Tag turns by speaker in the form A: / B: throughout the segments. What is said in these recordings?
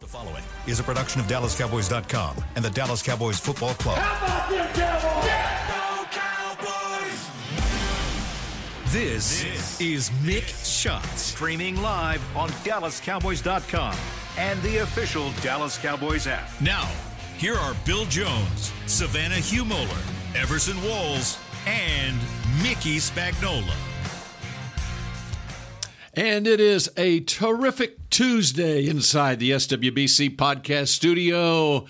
A: following is a production of DallasCowboys.com and the Dallas Cowboys Football Club.
B: How about them Cowboys?
C: This, is Mick Shots.
D: Streaming live on DallasCowboys.com and the official Dallas Cowboys app.
C: Now, here are Bill Jones, Savannah Humola, Everson Walls, and Mickey Spagnola.
E: And it is a terrific Tuesday inside the SWBC podcast studio.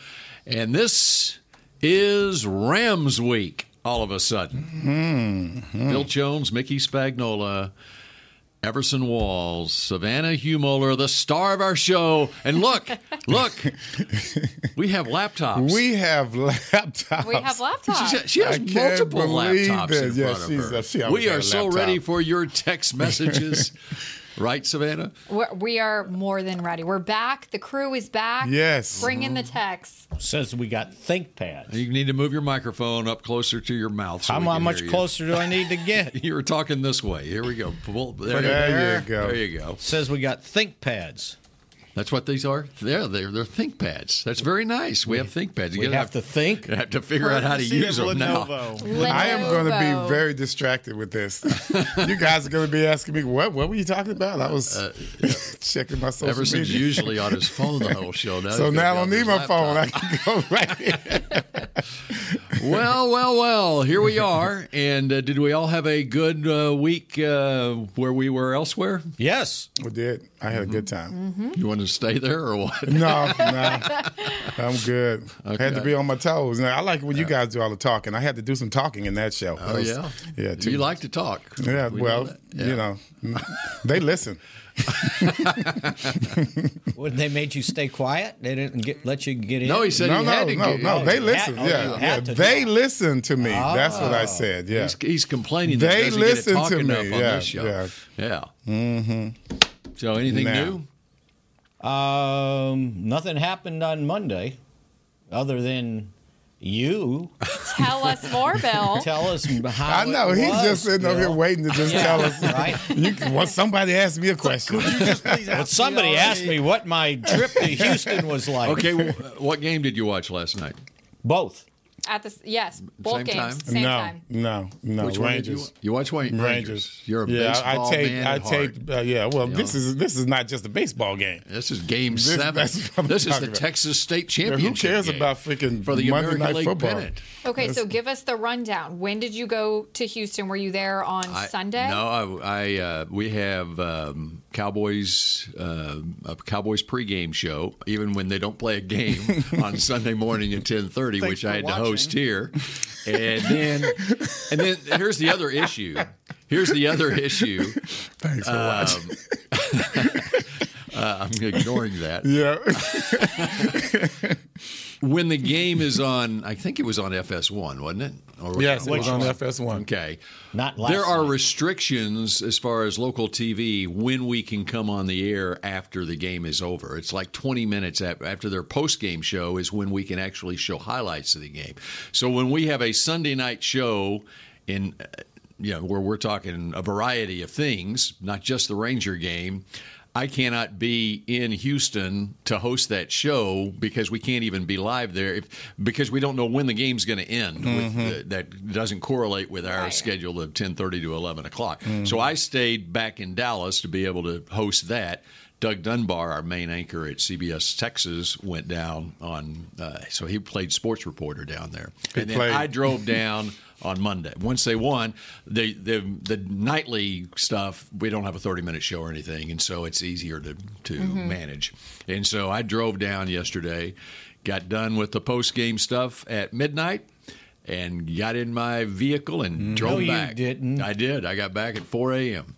E: And this is Rams week all of a sudden.
F: Mm-hmm.
E: Bill Jones, Mickey Spagnola, Everson Walls, Savannah Humoller, the star of our show. And look, look, we have laptops.
F: We have laptops.
G: We have laptops.
E: She- She has
F: I can't
E: multiple
F: believe
E: laptops in
F: this. Yeah,
E: front
F: she's-
E: of her.
F: she always
E: we
F: had
E: are
F: a
E: so
F: laptop.
E: ready for your text messages, right, Savannah?
G: We're, we are more than ready. We're back. The crew is back.
F: Yes.
G: Bring in the text.
H: says we got ThinkPads.
E: You need to move your microphone up closer to your mouth. So
H: How
E: we
H: mu-
E: can
H: much
E: hear you.
H: closer do I need to get?
E: You were talking this way. Here we go. Pull- There, you
F: There
E: go.
F: you go.
E: There you go.
H: says we got ThinkPads.
E: That's what these are. They're they're, they're think pads. That's very nice. We have think pads.
H: We
E: gotta
H: have to think.
E: You have to figure out how to
H: Courtesy of
E: use them now.
H: Lenovo.
F: I am going to
G: Lenovo.
F: be very distracted with this. you guys are going to be asking me what what were you talking about? I was
E: Uh,
F: checking my social
E: Everson's
F: media.
E: usually on his phone the whole show. Now
F: so
E: he's gonna
F: now
E: be
F: I
E: on
F: don't
E: his
F: need my phone.
E: laptop.
F: I can go right here.
E: Well, well, well. Here we are. And uh, did we all have a good uh, week uh, where we were elsewhere?
H: Yes.
F: We did. I had a good time.
E: You want to stay there or what?
F: No, no, I'm good. I had
E: Mm-hmm. Okay.
F: to be on my toes. Now, I like when you guys do all the talking. I had to do some talking in that show. That
E: Oh
F: was-
E: yeah,
F: yeah.
E: You like to talk?
F: Yeah,
E: We know
F: well,
E: that.
F: you know, they listen.
H: What, they made you stay quiet? They didn't get, let you get in?
E: No, he said
F: no,
E: he
F: no,
E: had to
F: no,
E: get-
F: no. They
H: you
F: listen.
H: had- oh,
F: yeah,
H: you
F: yeah.
H: had to
F: They
H: do
F: listen to me. That's what I said. Yeah.
E: Oh. He's, he's complaining that
F: They
E: he doesn't get to
F: listen
E: talk
F: to
E: enough
F: me.
E: on
F: Yeah,
E: this show.
F: yeah.
E: yeah. Mm-hmm. So anything
F: Nah.
E: new?
H: Um, nothing happened on Monday other than you
G: Tell us more, Bill.
H: tell us how
F: I know
H: it
F: he's
H: was,
F: just sitting over
H: Bill.
F: here waiting to just tell us.
H: Right?
F: You, well, somebody asked me a question.
H: But somebody asked me what my trip to Houston was like.
E: Okay, well, what game did you watch last night?
H: Both.
G: At the s- yes, both
E: Same
G: games,
E: time?
G: same
F: no,
G: time.
F: no, no.
E: Which one did you,
F: Uh, Rangers.
E: wa- you watch? Wa- Rangers.
F: Rangers.
E: You're a
F: yeah, I-
E: baseball
F: I taped.
E: man
F: I
E: at heart.
F: taped. Uh, yeah. Well, this
E: know?
F: is this is not just a baseball game.
E: This is Game
F: This-
E: Seven.
F: that's what I'm
E: This is
F: talking
E: the
F: about.
E: Texas State
F: Yeah,
E: Championship.
F: who cares
E: game
F: about freaking
E: for the
F: Monday
E: American
F: Night
E: League
F: Football?
E: Pennant?
G: Okay, so give us the rundown. When did you go to Houston? Were you there on
E: I-
G: Sunday?
E: No, I, I uh, we have um, Cowboys uh, a Cowboys pregame show even when they don't play a game on Sunday morning at ten thirty, which I had to host here. And then, and then here's the other issue. Here's the other issue. Um,
F: Thanks
E: Uh,
F: for watching.
E: I'm ignoring that.
F: Yeah.
E: When the game is on, I think it was on FS1, wasn't it? Or
F: yes, it was on
H: one?
F: FS1.
E: Okay.
H: Not last
E: There are
H: night.
E: restrictions as far as local TV when we can come on the air after the game is over. It's like 20 minutes af- after their post game show is when we can actually show highlights of the game. So when we have a Sunday night show in uh, you know where we're talking a variety of things, not just the Ranger game, I cannot be in Houston to host that show because we can't even be live there if, because we don't know when the game's going to end. With the, that doesn't correlate with our
G: Right.
E: schedule of ten thirty to eleven o'clock. So I stayed back in Dallas to be able to host that. Doug Dunbar, our main anchor at CBS Texas, went down on. Uh, so he played sports reporter down there, and then
F: played.
E: I drove down on Monday. Once they won, the the the nightly stuff we don't have a thirty minute show or anything, and so it's easier to to manage. And so I drove down yesterday, got done with the post game stuff at midnight, and got in my vehicle and drove
H: you
E: back.
H: didn't.
E: I did. I got back at four a.m.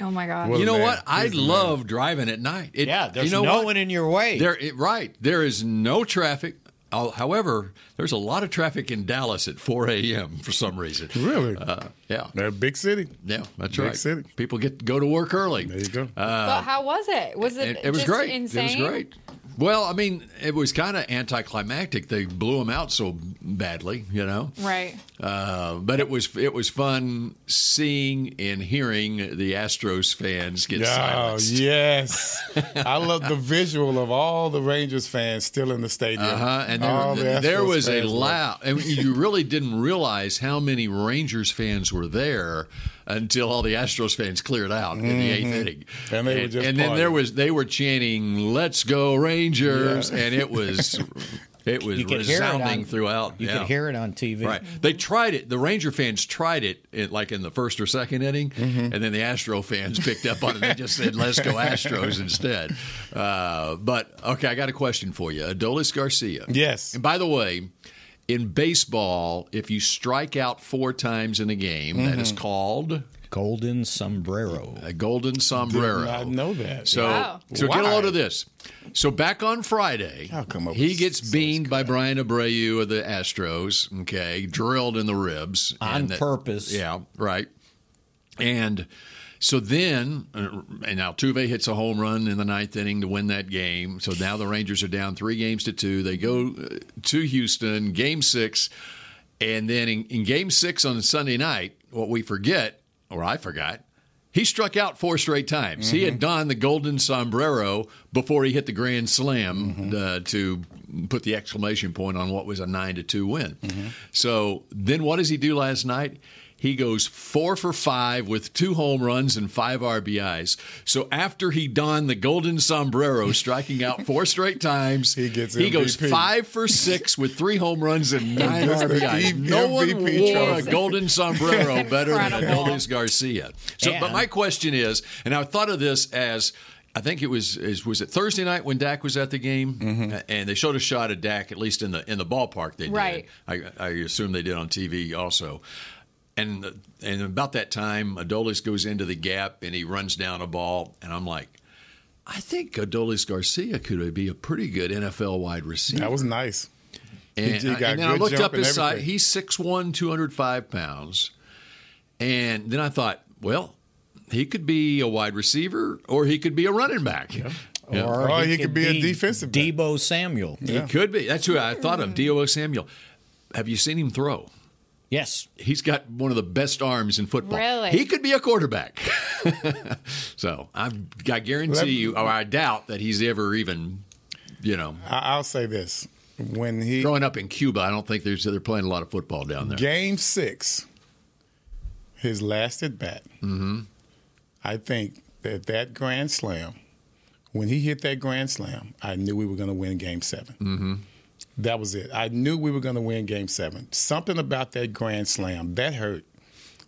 G: oh my god.
F: Well,
E: You know
F: man.
E: what? I love driving at night. It-
H: Yeah, there's
E: you know
H: no
E: what?
H: one in your way.
E: There, it, right. There is no traffic. Oh, However, there's a lot of traffic in Dallas at 4 a.m. for some reason.
F: Really?
E: Uh, yeah.
F: They're a big city.
E: Yeah, that's
F: Big
E: right.
F: city.
E: People get go to work early.
F: There you go.
E: Uh,
G: but how was it? Was it?
E: It, it was
G: just
E: great.
G: Insane.
E: It was great. Well, I mean, it was kind of anticlimactic. They blew him out so badly, you know.
G: Right.
E: Uh, but it was it was fun seeing and hearing the Astros fans get
F: Oh,
E: silenced.
F: yes. I love the visual of all the Rangers fans still in the stadium.
E: Uh-huh. And
F: All
E: there,
F: the
E: there
F: Astros
E: was a
F: fans were-
E: loud, and you really didn't realize how many Rangers fans were there until all the Astros fans cleared out in the eighth inning.
F: Mm-hmm. And they were just
E: and then there
F: partying.
E: was they were chanting "Let's go Rangers,"
F: Yeah.
E: and it was it was
H: You could hear it on-
E: resounding throughout.
H: You
E: yeah.
H: could hear it on TV.
E: Right. They tried it. The Ranger fans tried it, in, like in the first or second inning, and then the Astro fans picked up on it. and They just said, "Let's go Astros" instead. Uh, but okay, I got a question for you, Adolis Garcia.
F: Yes.
E: And by the way, in baseball, if you strike out four times in a game, that is called
H: Golden sombrero.
E: a golden sombrero.
F: Did not know that.
E: So,
G: Wow.
E: so get a
F: Why?
E: load of this. So back on Friday,
F: I'll come up
E: he
F: with
E: gets
F: some
E: beaned by Brian Abreu of the Astros. Okay, drilled in the ribs
H: On
E: And that-
H: purpose.
E: Yeah, right. And so then, uh, and Altuve hits a home run in the ninth inning to win that game. So now the Rangers are down three games to two. They go uh, to Houston, game six. And then in, in game six on Sunday night, what we forget, or I forgot, he struck out four straight times. He
F: Mm-hmm.
E: had donned the golden sombrero before he hit the grand slam
F: Mm-hmm.
E: uh, to put the exclamation point on what was a nine to two win.
F: Mm-hmm.
E: So then, what does he do last night? He goes four for five with two home runs and five RBIs. So after he donned the golden sombrero, striking out four straight times,
F: He gets
E: he goes
F: MVP.
E: five for six with three home runs and nine
F: That's the
E: RBIs.
F: E-
E: No one
F: MVP
E: wore a
F: trophy.
E: golden sombrero
G: That's
E: better than
G: incredible.
E: Adolis Garcia. So, but
H: And-
E: my question is, and I thought of this as. I think it was is, was it Thursday night when Dak was at the game,
F: Mm-hmm.
E: Uh, and they showed a shot of Dak at least in the in the ballpark. They did.
G: Right.
E: I, I assume they did on TV also. And the- and about that time, Adolis goes into the gap and he runs down a ball, and I'm like, I think Adolis Garcia could be a pretty good NFL wide receiver.
F: that was nice.
E: And,
F: He
E: I-
F: got
E: and then I
F: good
E: looked
F: jump
E: up
F: and
E: his size.
F: everything.
E: He's 6'1, 205 pounds. And then I thought, well, he could be a wide receiver or he could be a running back. Yeah.
H: Or
F: Oh, he could be a defensive back.
H: Debo Samuel.
E: He could be. That's who I thought of, D.O. Samuel. Have you seen him throw?
H: Yes.
E: He's got one of the best arms in football.
G: Really?
E: He could be a quarterback. so I'm, I guarantee
F: Let-
E: you, or I doubt that he's ever even, you know,
F: I- I'll say this. When he
E: growing up in Cuba, I don't think there's, they're playing a lot of football down there.
F: Game six, his last at bat. Mm-hmm. I think that that grand slam, when he hit that grand slam, I knew we were going to win Game 7 Mm-hmm. That was it. I knew we were going to win Game Seven. Something about that grand slam that hurt.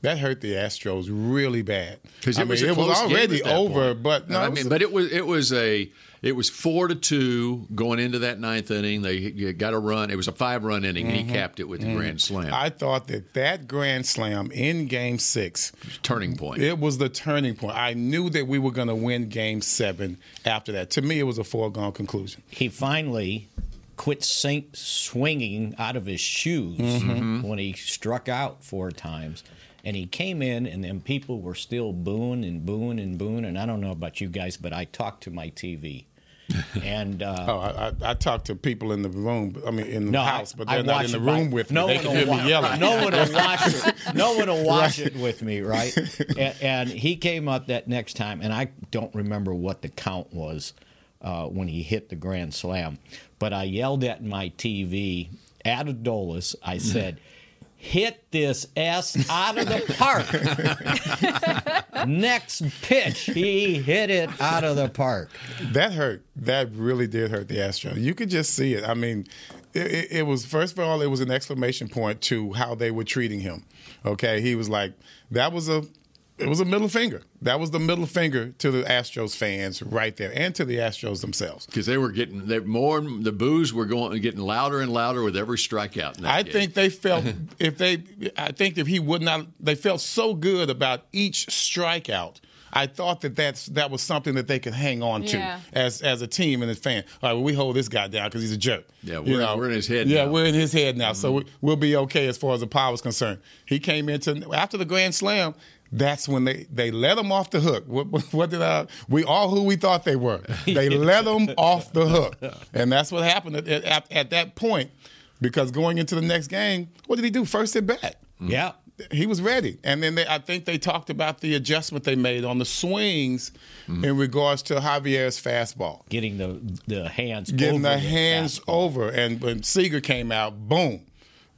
F: That hurt the Astros really bad.
E: 'Cause
F: I
E: it was
F: mean,
E: a
F: it was
E: close game
F: already
E: at that
F: over,
E: point.
F: but no,
E: I
F: it was
E: mean,
F: a-
E: but it was it was a it was four to two going into that ninth inning. They got a run. It was a five run inning. and He capped it with the grand slam.
F: Mm-hmm. I thought that that grand slam in Game Six
E: Turning point.
F: It was the turning point. I knew that we were going to win game seven after that. To me, it was a foregone conclusion.
H: He finally quit sink, swinging out of his shoes
E: Mm-hmm.
H: when he struck out four times. And he came in, and then people were still booing and booing and booing. And I don't know about you guys, but I talked to my TV. and uh,
F: Oh, I, I, I talked to people in the room, but- I mean, in the
H: no, I-
F: house, but they're
H: I
F: not
H: watch
F: in the
H: it by-
F: room with me.
H: no
F: they
H: one
F: can
H: will
F: hear
H: wa-
F: me yelling.
H: No one will watch it. No one will watch it with me, right? And, and he came up that next time, and I don't remember what the count was uh, when he hit the grand slam, but I yelled at my TV at Adolis.
F: Mm.
H: I said. Hit this ass out of the park. Next pitch, he hit it out of the park.
F: That hurt. That really did hurt the Astros. You could just see it. I mean, it, it, it was first of all, it was an exclamation point to how they were treating him. Okay, he was like, that was a, it was a middle finger. That was the middle finger to the Astros fans right there, and to the Astros themselves.
E: because they were getting they, more, the boos were going getting louder and louder with every strikeout. in that
F: I
E: game.
F: think they felt if they, I think if he would not, they felt so good about each strikeout. I thought that that's that was something that they could hang on
G: Yeah.
F: to as as a team and a fan. All right, well, we hold this guy down because he's a jerk.
E: Yeah, we're- we're in his head
F: Yeah,
E: now. Mm-hmm.
F: we're in his head now, so we, we'll be okay as far as the power is concerned. He came into after the grand slam. That's when they, they let them off the hook. What, what- what did I? We all who we thought they were. They let them off the hook, and that's what happened at, at, at that point. Because going into the next game, what did he do? First at bat
H: Yeah.
F: he was ready. And then they, I think they talked about the adjustment they made on the swings
E: Mm-hmm.
F: in regards to Javier's fastball,
H: Getting the the hands
F: getting
H: over
F: the hands
H: fastball.
F: over. And when Seager came out, boom,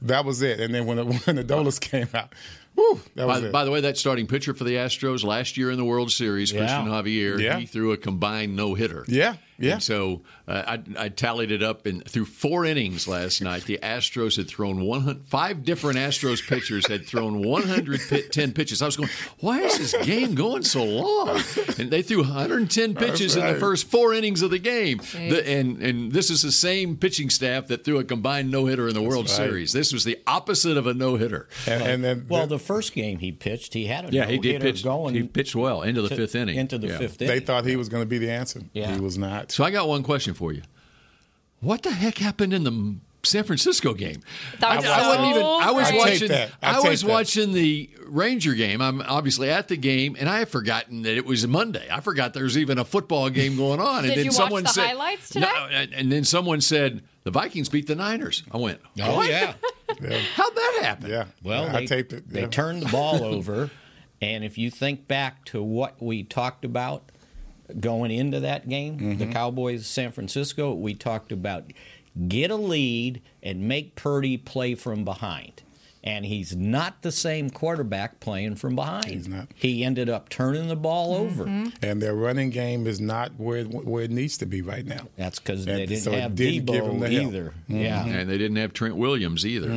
F: that was it. And then when when the Dolas came out, whoo, that was
E: By,
F: it.
E: by the way, that starting pitcher for the Astros last year in the World Series,
H: Yeah.
E: Christian Javier,
F: Yeah.
E: he threw a combined no hitter.
F: Yeah, yeah.
E: And so uh, I, I tallied it up, and through four innings last night, the Astros had thrown one hun- five different Astros pitchers had thrown 110 pitches. I was going, why is this game going so long? And they threw 110 pitches in the
F: right.
E: first four innings of the game. The, and and this is the same pitching staff that threw a combined no hitter in the World
F: right.
E: Series. This was the opposite of a no hitter.
F: and, and then
H: Well, the first game he pitched, he had a
E: Mm-hmm. Yeah, he did
H: no-hitter
E: pitch.
H: going.
E: he pitched well into the
H: to-
E: fifth inning.
H: Into the
E: Yeah.
H: fifth
F: they
H: inning.
F: thought he was going to be the answer.
H: Yeah.
F: He was not.
E: So I got one question for you. What the heck happened in the San Francisco game?
G: That was
E: I wasn't
G: so
E: even. I was
F: I take
E: watching.
F: that. I
E: I,
F: take
E: was
F: that.
E: watching the Ranger game. I'm obviously at the game, and I had forgotten that it was Monday. I forgot there was even a football game going on. and
G: Did
E: then
G: you watch
E: someone
G: the
E: said,
G: highlights
E: No,
G: today?
E: and, and then someone said the Vikings beat the Niners. I went,
H: Oh yeah.
E: How'd that happen?
F: yeah.
H: Well,
F: I
H: they,
F: taped it.
H: They
F: yeah.
H: turned the ball over, and if you think back to what we talked about going into that game,
F: Mm-hmm.
H: the Cowboys, San Francisco, we talked about get a lead and make Purdy play from behind. And he's not the same quarterback playing from behind. He's
F: not.
H: He ended up turning the ball over.
F: and their running game is not where it, where it needs to be right now.
H: That's because
F: And
H: they didn't
F: so it
H: have
F: didn't give him
H: Debo
F: the help. Mm-hmm.
H: either. Yeah,
E: And they didn't have Trent Williams either.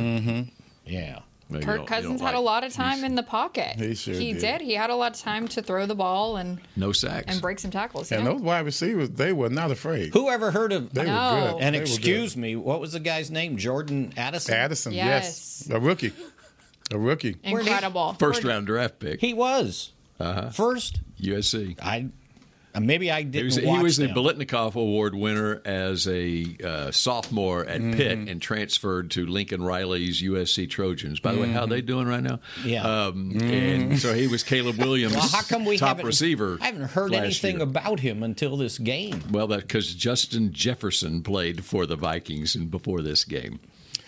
H: yeah.
E: Well, you don't-
G: Kirk
E: you
G: Cousins
E: don't
G: had a
E: like-
G: lot of time in the pocket.
F: He sure
G: He
F: did.
G: did. He had a lot of time to throw the ball and
E: No sacks.
G: and break some tackles.
F: And
G: yeah.
F: those wide receivers, they were not afraid.
H: Who ever heard of?
F: They
G: No.
F: were good.
H: and
F: They were good.
H: excuse me, what was the guy's name? Jordan Addison.
F: Addison, yes.
G: Yes.
F: A rookie. A rookie.
G: Incredible.
E: First
G: Where-
E: round draft pick.
H: He was first.
E: USC.
H: I uh, maybe I didn't
E: Uh-huh. He was,
H: watch
E: he was the
H: them.
E: Biletnikoff Award winner as a uh, sophomore at
H: Mm-hmm.
E: Pitt and transferred to Lincoln Riley's USC Trojans. By the way, how they doing right now?
H: Mm-hmm. Yeah. Mm-hmm.
E: Um, And so he was Caleb Williams'
H: Well, how come we
E: top
H: haven't,
E: receiver.
H: I haven't heard
E: last
H: anything
E: year.
H: about him until this game.
E: Well, because Justin Jefferson played for the Vikings and before this game.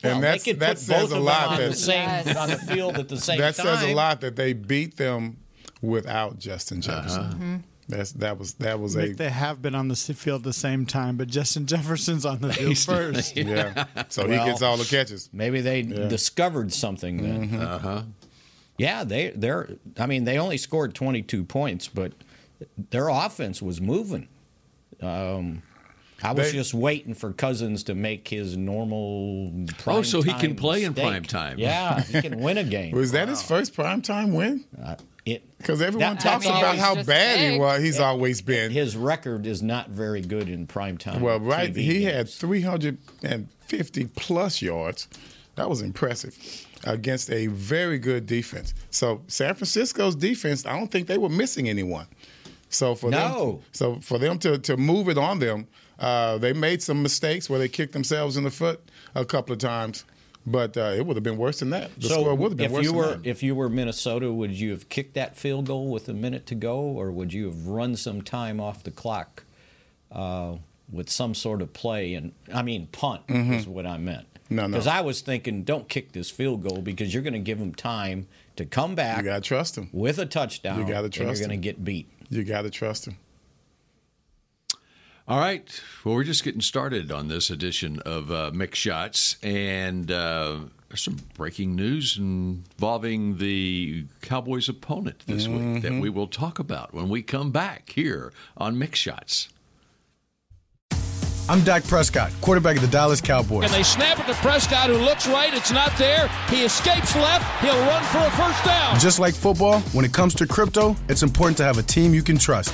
H: Well,
F: and that's,
H: they could
F: that
H: put both
F: says
H: of
F: a
H: them
F: lot.
H: on the
F: That,
H: same
G: Yes.
H: on the field at the same
F: that
H: time.
F: says a lot that they beat them without Justin Jefferson.
H: Uh-huh.
G: Mm-hmm.
F: That's that was that was
B: Nick,
F: a
B: they have been on the s- field at the same time, but Justin Jefferson's on the field first.
F: yeah. So
H: Well-
F: he gets all the catches.
H: Maybe they discovered something then. Uh
F: Mm-hmm.
H: huh.
E: Uh-huh.
H: Yeah, they they're. I mean, they only scored twenty two points, but their offense was moving. Um, I was
F: They-
H: just waiting for Cousins to make his normal. Prime
E: Oh, so he can
H: time
E: play in
H: mistake.
E: prime time.
H: Yeah, he can win a game.
F: Was that his first primetime win?
H: It
F: Because everyone
H: That-
F: talks
H: I mean,
F: about
H: he's
F: how
G: just
F: bad he
G: big.
F: was. He's always been.
H: his record is not very good in prime time.
F: well, right.
H: TV
F: he had
H: games.
F: 350 plus yards. That was impressive against a very good defense. So San Francisco's defense, I don't think they were missing anyone. So for
H: No.
F: them, so for them to to move it on them, uh, they made some mistakes where they kicked themselves in the foot a couple of times. But uh, it would have been worse than that. The score would have been
H: if
F: worse
H: you
F: than
H: were
F: that.
H: if you were Minnesota, would you have kicked that field goal with a minute to go, or would you have run some time off the clock uh, with some sort of play? And I mean, punt is what I meant.
F: Mm-hmm. No, no.
H: Because I was thinking, don't kick this field goal because you're going to give them time to come
F: you
H: back
F: gotta trust him.
H: with a touchdown.
F: You gotta
H: and
F: trust
H: You're going
F: him.
H: to get beat.
F: You gotta trust him.
E: All right. Well, we're just getting started on this edition of uh, Mix Shots, and uh, there's some breaking news involving the Cowboys' opponent this week that we will talk about when we come back here on Mix Shots.
B: I'm Dak Prescott, quarterback of the Dallas Cowboys.
I: They snap it to Prescott, who looks right. It's not there. He escapes left. He'll run for a first down.
B: Just like football, when it comes to crypto, it's important to have a team you can trust.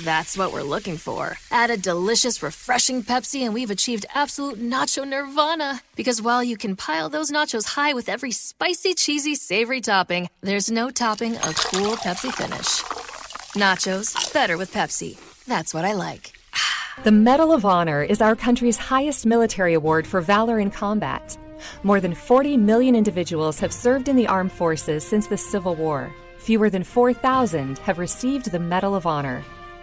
J: That's what we're looking for. Add a delicious, refreshing Pepsi, and we've achieved absolute nacho nirvana. Because while you can pile those nachos high with every spicy, cheesy, savory topping, there's no topping a cool Pepsi finish. Nachos, better with Pepsi. That's what I like.
K: The Medal of Honor is our country's highest military award for valor in combat. More than 40 million individuals have served in the armed forces since the Civil War. Fewer than 4,000 have received the Medal of Honor.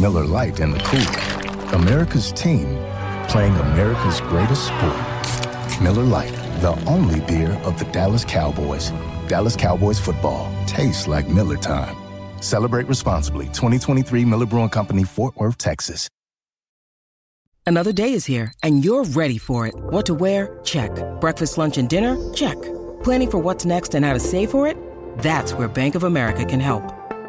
L: Miller Lite in the cooler. America's team playing America's greatest sport. Miller Lite, the only beer of the Dallas Cowboys. Dallas Cowboys football tastes like Miller time. Celebrate responsibly. 2023 Miller Brewing Company, Fort Worth, Texas.
M: Another day is here, and you're ready for it. What to wear? Check. Breakfast, lunch, and dinner? Check. Planning for what's next and how to save for it? That's where Bank of America can help.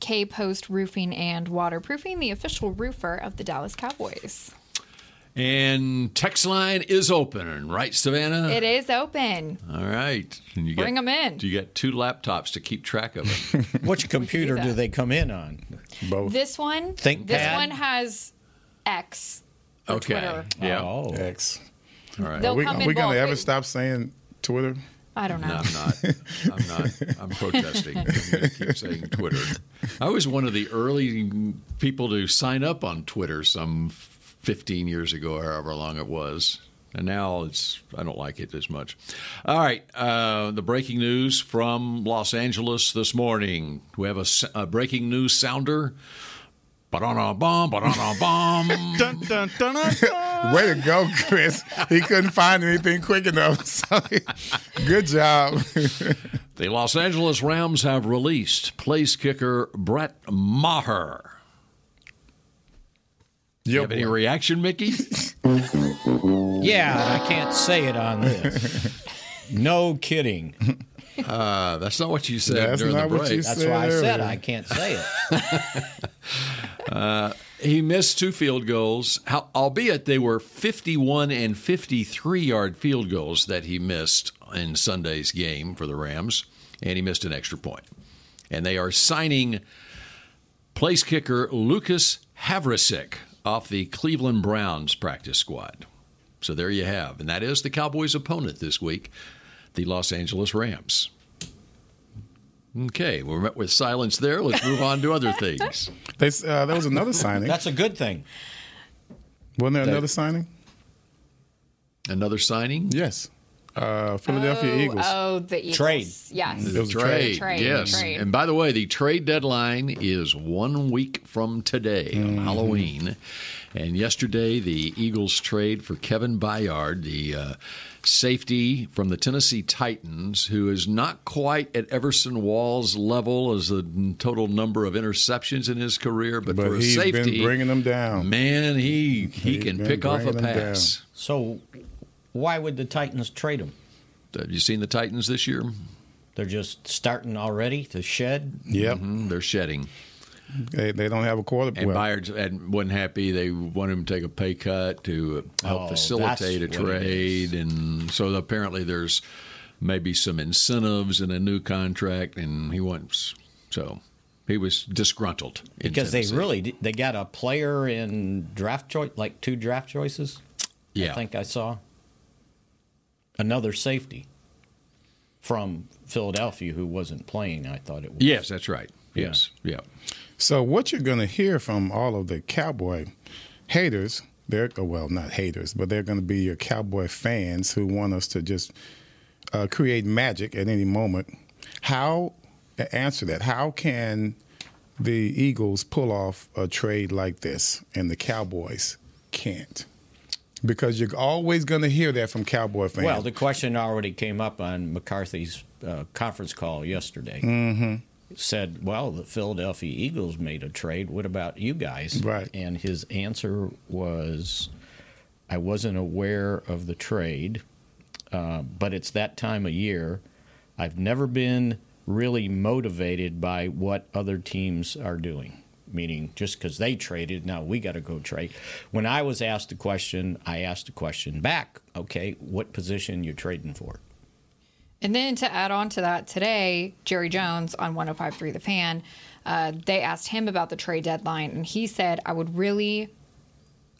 G: K Post Roofing and Waterproofing, the official roofer of the Dallas Cowboys.
E: And text line is open, right, Savannah?
G: It is open.
E: All right. And you
G: Bring 'em in.
E: Do you got two laptops to keep track of it?
H: Which computer
G: that.
H: do they come in on?
F: Both.
G: This one,
H: ThinkPad?
G: this one has X. for
E: okay.
G: Twitter.
E: Yeah.
H: Oh,
F: X.
E: All right.
G: They'll
F: Are we,
G: come
F: are
G: in
F: we going
G: bulk.
F: to ever stop saying Twitter?
G: I don't know.
E: No, I'm not. I'm not. I'm protesting. I'm going to keep saying Twitter. I was one of the early people to sign up on Twitter some 15 years ago, or however long it was. And now it's I don't like it as much. All right, uh, the breaking news from Los Angeles this morning. We have a, s- a breaking news sounder. Ba-da-da bomb, ba-da-da bomb.
F: Dun, dun, dun, dun, dun. Way to go, Chris. He couldn't find anything quick enough. So good job.
E: The Los Angeles Rams have released place kicker Brett Maher. You
F: Yo,
E: have any
F: boy.
E: reaction, Mickey?
H: yeah, I can't say it on this. No kidding.
E: Uh, that's not what you said
F: That's
E: during the
F: not
E: break.
F: what you
H: That's
F: Say
H: why I
F: it
H: said
F: earlier.
H: I can't say it.
E: He missed two field goals, how, albeit they were 51 and 53 yard field goals that he missed in Sunday's game for the Rams, and he missed an extra point. And they are signing place kicker Lucas Havrasik off the Cleveland Browns practice squad. So there you have. And that is the Cowboys' opponent this week, the Los Angeles Rams. Okay, we're met with silence there. Let's move on to other things.
F: They, s- uh, there was another signing.
H: That's a good thing.
F: Wasn't there another signing?
E: Another signing?
F: Yes. Uh, Philadelphia Eagles.
G: Oh, the Eagles.
H: Trade.
G: Yes.
F: It was a
E: Trade,
G: Trade,
E: yes.
G: trade.
E: And by the way, the trade deadline is one week from today,
F: Mm-hmm.
E: on Halloween. And yesterday, the Eagles trade for Kevin Byard, the uh, safety from the Tennessee Titans, who is not quite at Everson Wall's level as the total number of interceptions in his career, but,
F: But
E: for a
F: he's been
E: safety,
F: bringing them down.
E: Man, he he
F: He's
E: can
F: been
E: pick off a
F: bringing them
E: pass.
H: So why would the Titans trade him?
E: Have you seen the Titans this year?
H: They're just starting already to shed.
F: Yep.
E: Mm, They're shedding.
F: They, they don't have a quarterback.
E: And Byard and wasn't happy. They wanted him to take a pay cut to help
H: Oh,
E: facilitate a
H: that's what it is.
E: trade, and so apparently there's maybe some incentives in a new contract, and he wants so he was disgruntled in
H: Because
E: Tennessee.
H: they really did- they got a player in draft choice, like two draft choices.
E: yeah
H: I think I saw another safety. from Philadelphia who wasn't playing. I thought it was.
E: Yes, that's right. Yes, yeah.
F: So what you're going to hear from all of the cowboy haters, they're oh, well not haters, but they're going to be your cowboy fans who want us to just uh, create magic at any moment. How answer that? How can the Eagles pull off a trade like this and the Cowboys can't? Because you're always going to hear that from cowboy fans.
H: Well, the question already came up on McCarthy's uh, conference call yesterday.
F: hmm
H: said, "Well, the Philadelphia Eagles made a trade. What about you guys?" Right. And his answer was, "I wasn't aware of the trade, uh, but it's that time of year. I've never been really motivated by what other teams are doing." Meaning, just because they traded, now we got to go trade. When I was asked the question, I asked the question back. Okay, what position you trading for?
G: And then to add on to that, today, Jerry Jones on 1053 The Fan, uh, they asked him about the trade deadline, and he said, I would really.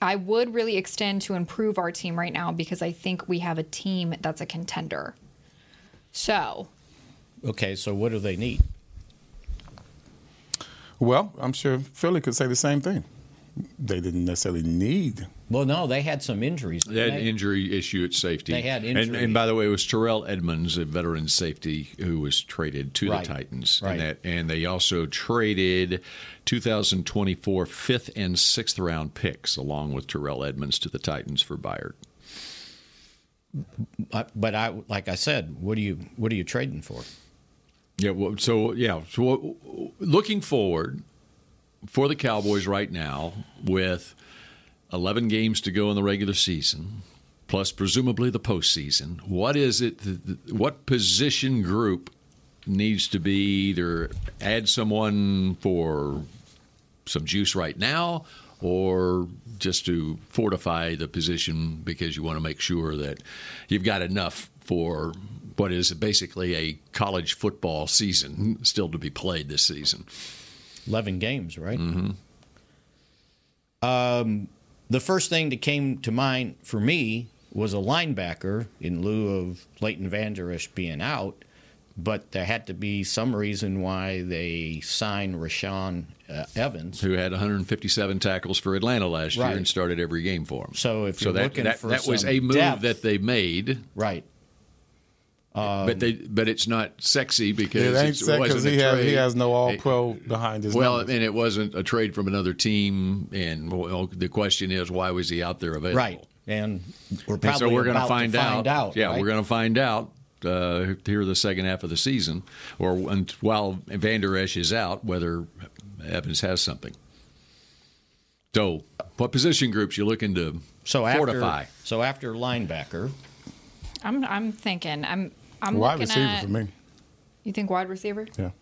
G: I would really extend to improve our team right now because I think we have a team that's a contender. So,
H: Okay, so what do they need?
F: Well, I'm sure Philly could say the same thing. They didn't necessarily need.
H: Well, no, they had some injuries.
E: They had an injury issue at safety.
H: They had
E: And,
H: injury.
E: and by the way, it was Terrell Edmonds, a veteran safety, who was traded to
H: Right.
E: the Titans.
H: Right.
E: And, that, and they also traded 2024 fifth and sixth round picks along with Terrell Edmonds to the Titans for Byard.
H: Uh, but I, like I said, what do you what are you trading for?
E: Yeah. Well, so yeah. So what- looking forward for the Cowboys right now, with 11 games to go in the regular season, plus presumably the postseason, what is it? that- What position group needs to be either add someone for some juice right now? Or just to fortify the position because you want to make sure that you've got enough for what is basically a college football season still to be played this season.
H: 11 games, right?
E: Mm-hmm.
H: Um, the first thing that came to mind for me was a linebacker in lieu of Leighton Vanderish being out, but there had to be some reason why they signed Rashawn uh, Evans.
E: Who had 157 tackles for Atlanta last
H: Right.
E: year and started every game for him.
H: So if
E: so
H: you're
E: that
H: looking
E: that,
H: for
E: that was
H: some
E: a move
H: depth-
E: that they made,
H: right?
E: but they but it's not sexy because
F: It ain't
E: it's- it wasn't
F: because
E: a
F: he has, he
E: trade.
F: has no all pro behind his
E: well,
F: numbers.
E: and it wasn't a trade from another team, and well, the question is why was he out there available?
H: Right. And we're
E: And
H: probably
E: so we're gonna
H: about
E: find,
H: to find out.
E: Yeah,
H: right?
E: we're going to find out uh, here the second half of the season, or and while Van Der Esch is out, whether Evans has something. So, what position groups you looking to
H: so after,
E: fortify?
H: So after linebacker,
G: I'm I'm thinking I'm I'm
F: Wide
G: looking
F: receiver
G: at,
F: for me.
G: You think wide receiver?
F: Yeah.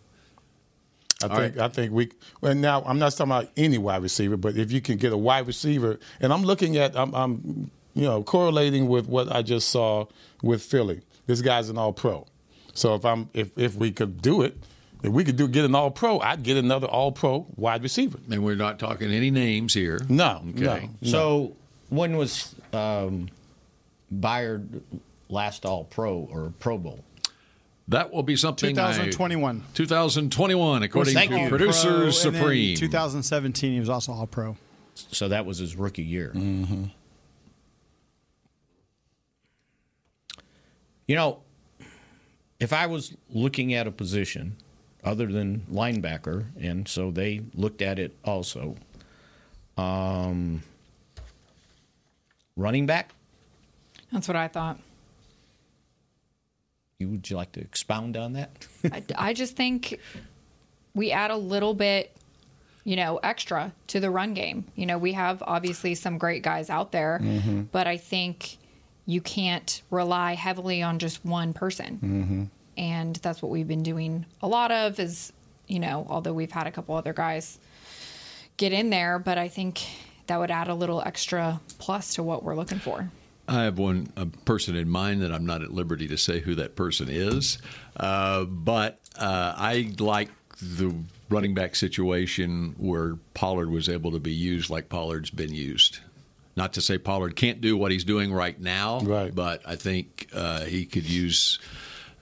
F: I
E: All
F: think I think we well now I'm not talking about any wide receiver, but if you can get a wide receiver, and I'm looking at I'm, I'm you know correlating with what I just saw with Philly. This guy's an All Pro, so if I'm if if we could do it, if we could do get an All Pro, I'd get another All Pro wide receiver.
E: And we're not talking any names here.
F: No,
E: Okay.
F: no.
H: So when was um, Bayard last All Pro or Pro Bowl?
E: That will be something.
N: 2021.
E: I, 2021, according
N: Thank
E: to
N: you.
E: producer
N: Pro, and then
E: supreme.
N: 2017, he was also All Pro.
H: So that was his rookie year. You know, if I was looking at a position other than linebacker, and so they looked at it also, um, running back.
G: That's what I thought.
H: You would you like to expound on that?
G: I, I just think we add a little bit, you know, extra to the run game. You know, we have obviously some great guys out there,
F: Mm-hmm.
O: Mhm.
G: but I think you can't rely heavily on just one person.
O: Mm-hmm.
G: And that's what we've been doing a lot of is, you know, although we've had a couple other guys get in there, but I think that would add a little extra plus to what we're looking for.
E: I have one a person in mind that I'm not at liberty to say who that person is, uh, but uh, I like the running back situation where Pollard was able to be used like Pollard's been used. Not to say Pollard can't do what he's doing right now, but I think uh, he could use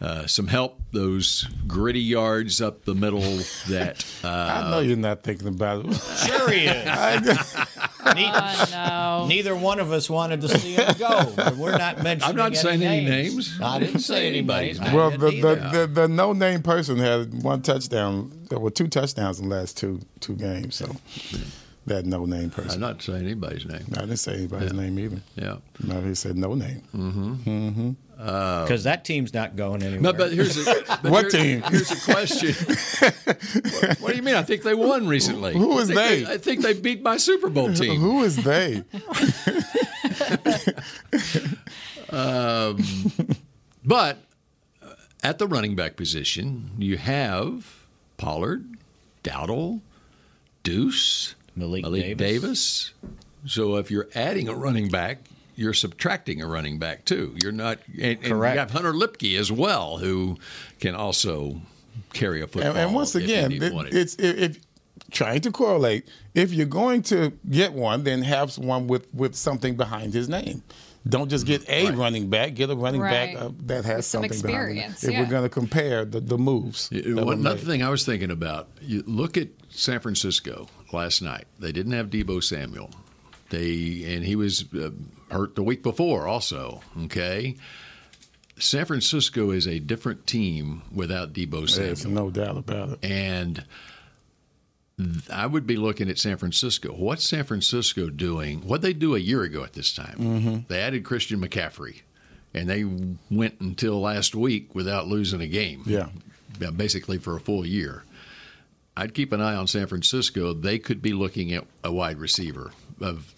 E: uh, some help, those gritty yards up the middle that. Uh,
F: I know you're not thinking about it.
H: Sure he is. Ne- Neither one of us wanted to see him go. but We're not mentioning.
E: I'm not saying any names.
H: I didn't say any names. I
F: Well,
H: didn't
F: the,
H: either.
F: the, the, the no name person had one touchdown. There were two touchdowns in the last two two games. So that no name person.
E: I'm not saying anybody's name.
F: I didn't say anybody's
E: Yeah.
F: name either.
E: Yeah.
F: No, he said no name. Mm-hmm. Mm-hmm.
H: Because that team's not going anywhere.
E: No, but here's a, but
F: What
E: here-
F: team?
E: Here's a question. what, what do you mean? I think they won recently.
F: Who is
E: I think
F: they?
E: I think they beat my Super Bowl team.
F: Who is they?
E: Um, but uh, at the running back position, you have Pollard, Dowdle, Deuce,
H: Malik,
E: Davis. So if you're adding a running back, you're subtracting a running back too. You're not. And, and you
F: Correct.
E: have Hunter Lipke as well, who can also carry a football.
F: And, and once
E: if you
F: again,
E: need-
F: it-
E: want it.
F: it's if, if trying to correlate. If you're going to get one, then have one with with something behind his name. Don't just get a running back. Get a running
G: Right.
F: back uh, that has
G: With some
F: something
G: experience,
F: Behind it. If
G: yeah.
F: we're going to compare the, the moves,
E: You know,
F: that were
E: One, another
F: made.
E: thing I was thinking about, you look at San Francisco last night. They didn't have Debo Samuel. They and he was uh, hurt the week before also, okay? San Francisco is a different team without Debo Samuel.
F: There's no doubt about it.
E: And th- I would be looking at San Francisco. What's San Francisco doing? What they do a year ago at this time? They added Christian McCaffrey, and they went until last week without losing a game.
F: Yeah.
E: Yeah, basically for a full year. I'd keep an eye on San Francisco. They could be looking at a wide receiver of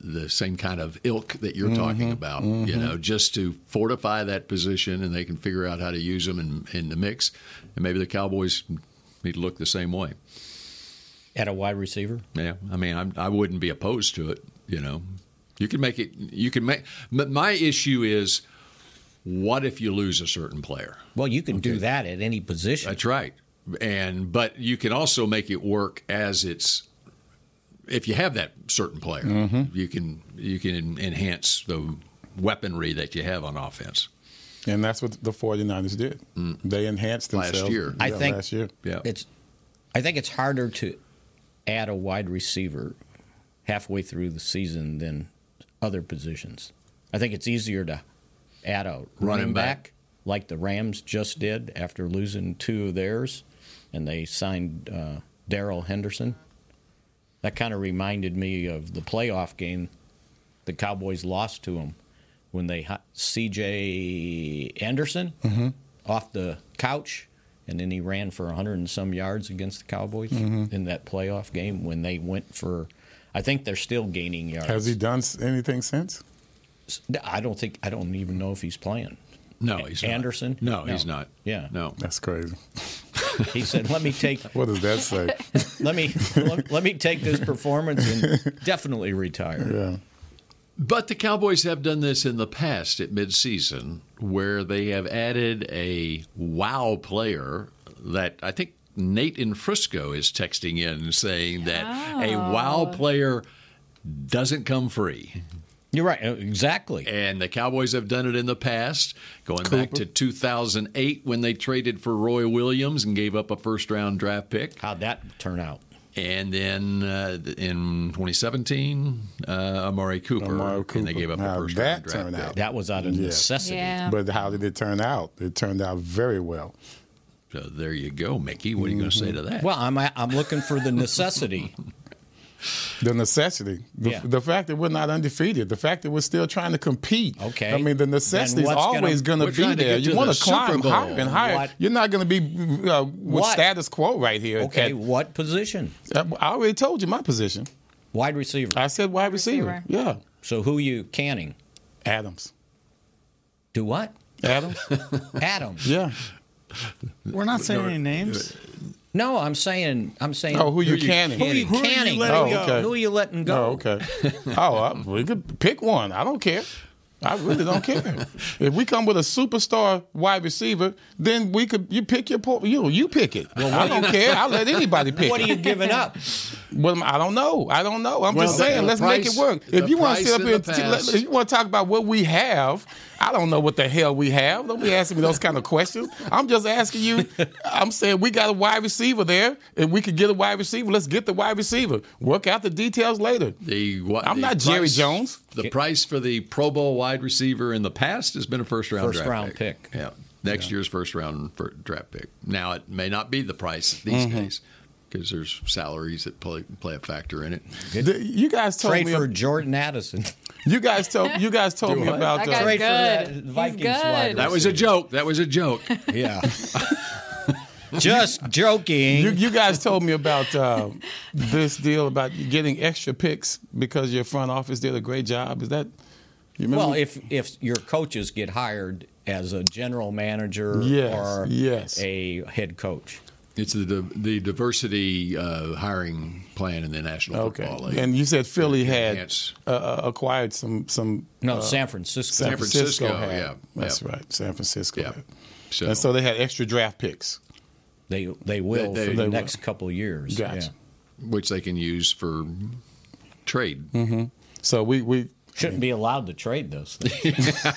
E: the same kind of ilk that you're talking about, you know, just to fortify that position and they can figure out how to use them in, in the mix. And maybe the Cowboys need to look the same way.
H: at a wide receiver.
E: Yeah, I mean, I'm, I wouldn't be opposed to it. You know, you can make it. You can make. But my issue is, what if you lose a certain player?
H: Well, you can do that at any position.
E: That's right. And but you can also make it work as it's if you have that certain player,
H: Mm-hmm.
E: you can you can enhance the weaponry that you have on offense.
F: And that's what the 49ers did. They enhanced
E: Mm. Last
F: themselves
E: year.
F: Yeah,
H: I think
F: last year.
E: Yeah.
H: it's I think it's harder to add a wide receiver halfway through the season than other positions. I think it's easier to add a running,
E: back.
H: back. like the Rams just did after losing two of theirs, and they signed uh, Daryl Henderson. That kind of reminded me of the playoff game the Cowboys lost to him when they hi- C.J. Anderson
F: Mm-hmm.
H: off the couch, and then he ran for 100 and some yards against the Cowboys
F: Mm-hmm.
H: in that playoff game when they went for. I think they're still gaining yards.
F: Has he done s- anything since?
H: I don't think I don't even know if he's playing.
E: No, he's not.
H: Anderson?
E: No,
H: No.
E: he's not.
H: Yeah.
E: No.
F: That's crazy.
H: He said, "Let me take
F: What does that say?
H: let me let, let me take this performance and definitely retire."
F: yeah.
E: But the Cowboys have done this in the past at midseason where they have added a wow player that I think Nate in Frisco is texting in and saying that a
H: Oh.
E: wow player doesn't come free.
H: You're right, uh, exactly.
E: And the Cowboys have done it in the past, going back to 2008 when they traded for Roy Williams and gave up a first round draft pick.
H: How'd that turn out?
E: And then uh, in 2017, uh, Amari Cooper,
F: Amari
E: and they
F: Cooper.
E: gave up
F: Now
E: a first
F: that
E: round draft
F: turned
E: pick.
F: out.
H: That was out of
F: Yeah.
H: necessity.
G: Yeah.
F: But how did it turn out? It turned out very well.
E: So there you go, Mickey. What are you going to say to
F: Mm-hmm.
E: that?
H: Well, I'm I'm looking for the necessity.
F: The necessity, the,
H: Yeah.
F: the fact that we're not undefeated, the fact that we're still trying to compete.
H: Okay.
F: I mean, the
H: Then
F: necessity is
H: what's gonna-
F: always going to
E: We're
F: be
E: trying to
F: there.
E: get
F: you
E: to
F: want
E: the
F: to climb
E: Super Bowl.
F: higher and higher.
H: What-
F: You're not going to be uh, with
H: What?
F: status quo right here.
H: Okay,
F: At-
H: what position?
F: I already told you my position.
H: Wide receiver.
F: I said wide receiver.
G: Receiver.
F: Yeah.
H: So who you canning?
F: Adams.
H: Do what?
F: Adams.
H: Adams.
F: yeah.
N: We're not saying any names.
H: No, I'm saying I'm saying
F: Oh, who you canning?
H: Who you
N: Who are you
H: canning?
N: letting
F: Oh, go? okay.
H: Who you letting go?
F: Oh, okay. oh, I, we could pick one. I don't care. I really don't care. if we come with a superstar wide receiver, then we could. You pick your port. You you pick it. I don't care. I will let anybody pick.
H: What are
F: it.
H: you giving up?
F: Well, I don't know. I don't know. I'm
E: Well,
F: just
E: the-
F: saying,
E: the
F: let's make it
E: price-
F: work.
E: the
F: If you want to
E: price
F: sit up
E: in
F: here,
E: the
F: and t- let-
E: past-
F: if you want to talk about what we have, I don't know what the hell we have. Don't be asking me those kind of questions. I'm just asking you. I'm saying we got a wide receiver there. If we could get a wide receiver, let's get the wide receiver. Work out the details later.
E: The, what,
F: I'm
E: the
F: not Jerry
E: price-
F: Jones.
E: The price for the Pro Bowl wide receiver in the past has been a first round
H: First
E: draft
H: round
E: pick. Yeah, next year's first round for draft pick. Now it may not be the price these
F: Mhm.
E: days because there's salaries that play play a factor in it.
F: The- you guys told
E: Trade
F: me
E: for
H: Jordan Addison.
F: You guys told you guys told
E: Do
F: me
E: what?
F: about
E: That
F: uh,
E: guy's
H: Trade for good. that Vikings He's wide good.
E: That was a
H: receiver.
E: joke. That was a joke.
H: Yeah. Just joking.
F: You, you guys told me about uh, this deal about getting extra picks because your front office did a great job. Is that you remember?
H: Well, if if your coaches get hired as a general manager
F: Yes,
H: or
F: yes.
H: a head coach,
E: It's the di- the diversity uh, hiring plan in the National
F: okay,
E: Football League.
F: and you said Philly had
E: Enhance.
F: uh, uh, acquired some some
E: No,
F: uh,
E: San Francisco.
F: San
E: San
F: Francisco,
E: Francisco,
F: had.
E: yeah,
F: that's
E: yeah.
F: right. San Francisco. had.
E: So-
F: and so they had extra draft picks.
H: They they will
E: They-
H: for
E: they
H: the
E: will.
H: next couple of years.
F: Gotcha.
E: which they can use for trade.
F: hmm So we we
H: Shouldn't be allowed to trade those things.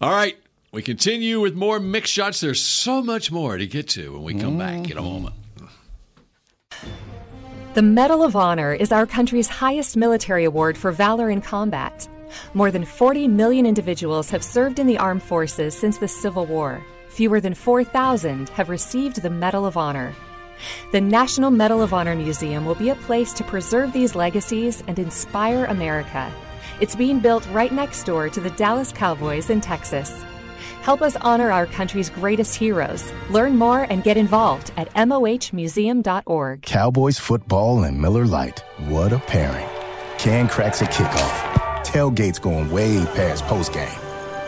E: All right. We continue with more mixed shots. There's so much more to get to when we come back in a moment.
K: The Medal of Honor is our country's highest military award for valor in combat. More than 40 million individuals have served in the armed forces since the Civil War. Fewer than 4,000 have received the Medal of Honor. The National Medal of Honor Museum will be a place to preserve these legacies and inspire America. It's being built right next door to the Dallas Cowboys in Texas. Help us honor our country's greatest heroes. Learn more and get involved at mohmuseum.org.
L: Cowboys football and Miller Lite. What a pairing. Can cracks a kickoff. Tailgates going way past postgame.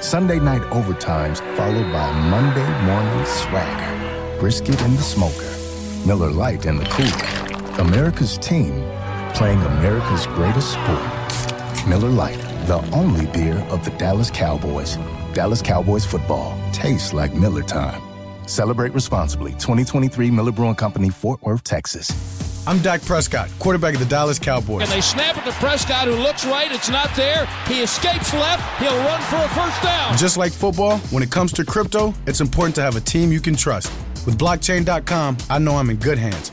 L: Sunday night overtimes followed by Monday morning swagger. Brisket in the smoker. Miller Lite in the cooler. America's team playing America's greatest sport. Miller Lite, the only beer of the Dallas Cowboys. Dallas Cowboys football tastes like Miller time. Celebrate responsibly. 2023 Miller Brewing Company, Fort Worth, Texas.
B: I'm Dak Prescott, quarterback of the Dallas Cowboys.
I: And they snap it to Prescott, who looks right. It's not there. He escapes left. He'll run for a first down.
B: Just like football, when it comes to crypto, it's important to have a team you can trust. With blockchain.com, I know I'm in good hands.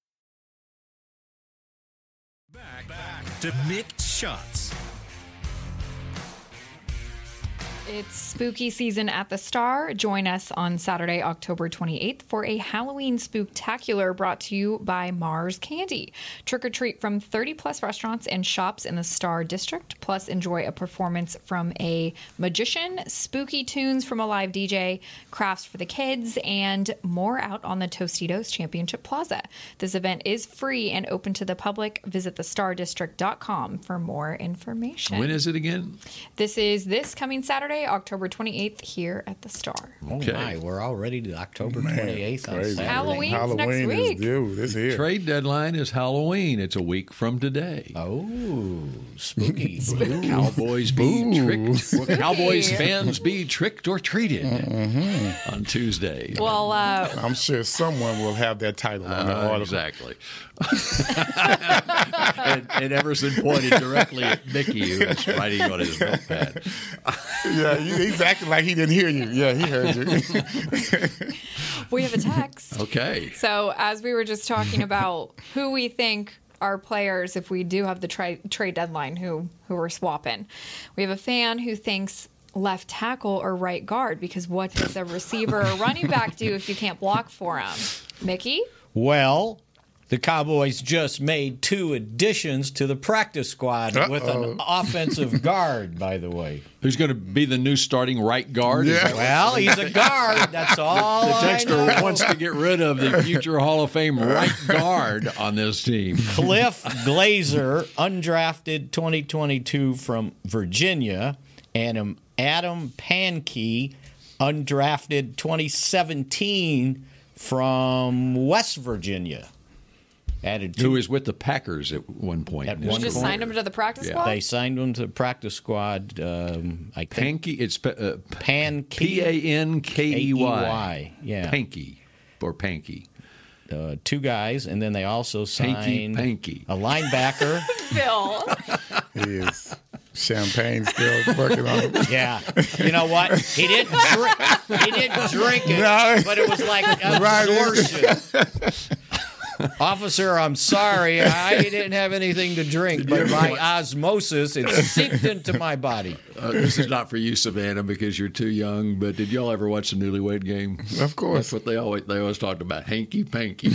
C: To mixed shots.
G: It's spooky season at the Star. Join us on Saturday, October 28th for a Halloween spooktacular brought to you by Mars Candy. Trick or treat from 30 plus restaurants and shops in the Star District, plus enjoy a performance from a magician, spooky tunes from a live DJ, crafts for the kids, and more out on the Tostitos Championship Plaza. This event is free and open to the public. Visit thestardistrict.com for more information.
E: When is it again?
G: This is this coming Saturday, Saturday, October 28th, here at the Star.
H: Oh my, we're already to October twenty eighth on
F: crazy.
H: Saturday.
G: Halloween's next Halloween is week.
F: due. This here.
E: Trade deadline is Halloween. It's a week from today. Oh, spooky! Will Cowboys be tricked? Will Cowboys
G: Spooky.
E: fans be tricked or treated
H: Mm-hmm.
E: on Tuesday?
G: Well, uh,
F: I'm sure someone will have that title on the
E: Uh,
F: article.
E: exactly. and, and Everson pointed directly at Mickey, who was writing on his notepad.
F: Yeah, he- he's acting like he didn't hear you. Yeah, he heard you.
G: we have a text.
E: Okay.
G: So, as we were just talking about who we think are players if we do have the tra- trade deadline, who who we're swapping, we have a fan who thinks left tackle or right guard because what does a receiver or running back do if you can't block for him? Mickey,
H: Well, the Cowboys just made two additions to the practice squad with an offensive guard, by the way.
E: Who's going to be the new starting right guard? Is that what-
H: Well, he's a guard. That's all.
E: The
H: I know.
E: Dexter wants to get rid of the future Hall of Fame right guard on this team.
H: Cliff Glazer, undrafted 2022 from Virginia, and um, Adam Pankey, undrafted 2017 from West Virginia. Added two.
E: Who was with the Packers at one point?
H: At
E: in
G: you
E: his
G: just
E: career.
G: signed him to the practice
E: Yeah.
G: squad.
H: They signed him to the practice squad. Um, I think
E: Pankey. It's pa- uh,
H: Pankey.
E: P A N K E Y.
H: K-E-Y, yeah.
E: Pankey or Pankey.
H: uh, two guys, and then they also
E: Panky
H: signed
E: Panky.
H: a linebacker.
G: Bill,
F: he is champagne still working on it.
H: yeah, you know what? He didn't drink. He didn't drink it,
F: No.
H: but it was like
F: Right.
H: absorption. Officer, I'm sorry. I didn't have anything to drink, but by osmosis, it seeped into my body.
E: Uh, this is not for you, Savannah, because you're too young. But did y'all ever watch the Newlywed Game?
F: Of course.
E: That's what they always they always talked about hanky panky.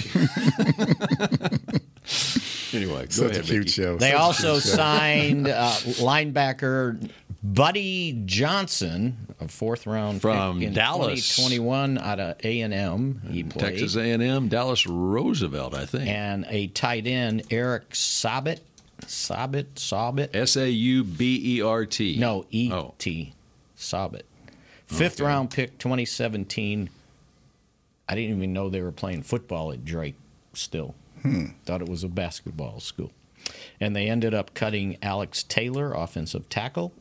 E: anyway, go
F: Such
E: ahead,
F: a cute
E: Mickey.
F: show.
H: They
F: Such a
H: also
F: cute show.
H: signed uh, linebacker Buddy Johnson, a fourth round
E: From
H: pick in
E: Dallas.
H: 2021 out of A and M. He played
E: Texas A&M, Dallas Roosevelt, I think.
H: and a tight end Eric Sobit, Sobit, Sobit.
E: S a u b e r t.
H: No, E T, Sobit. Fifth round pick, 2017. I didn't even know they were playing football at Drake. Still, thought it was a basketball school, and they ended up cutting Alex Taylor, offensive tackle,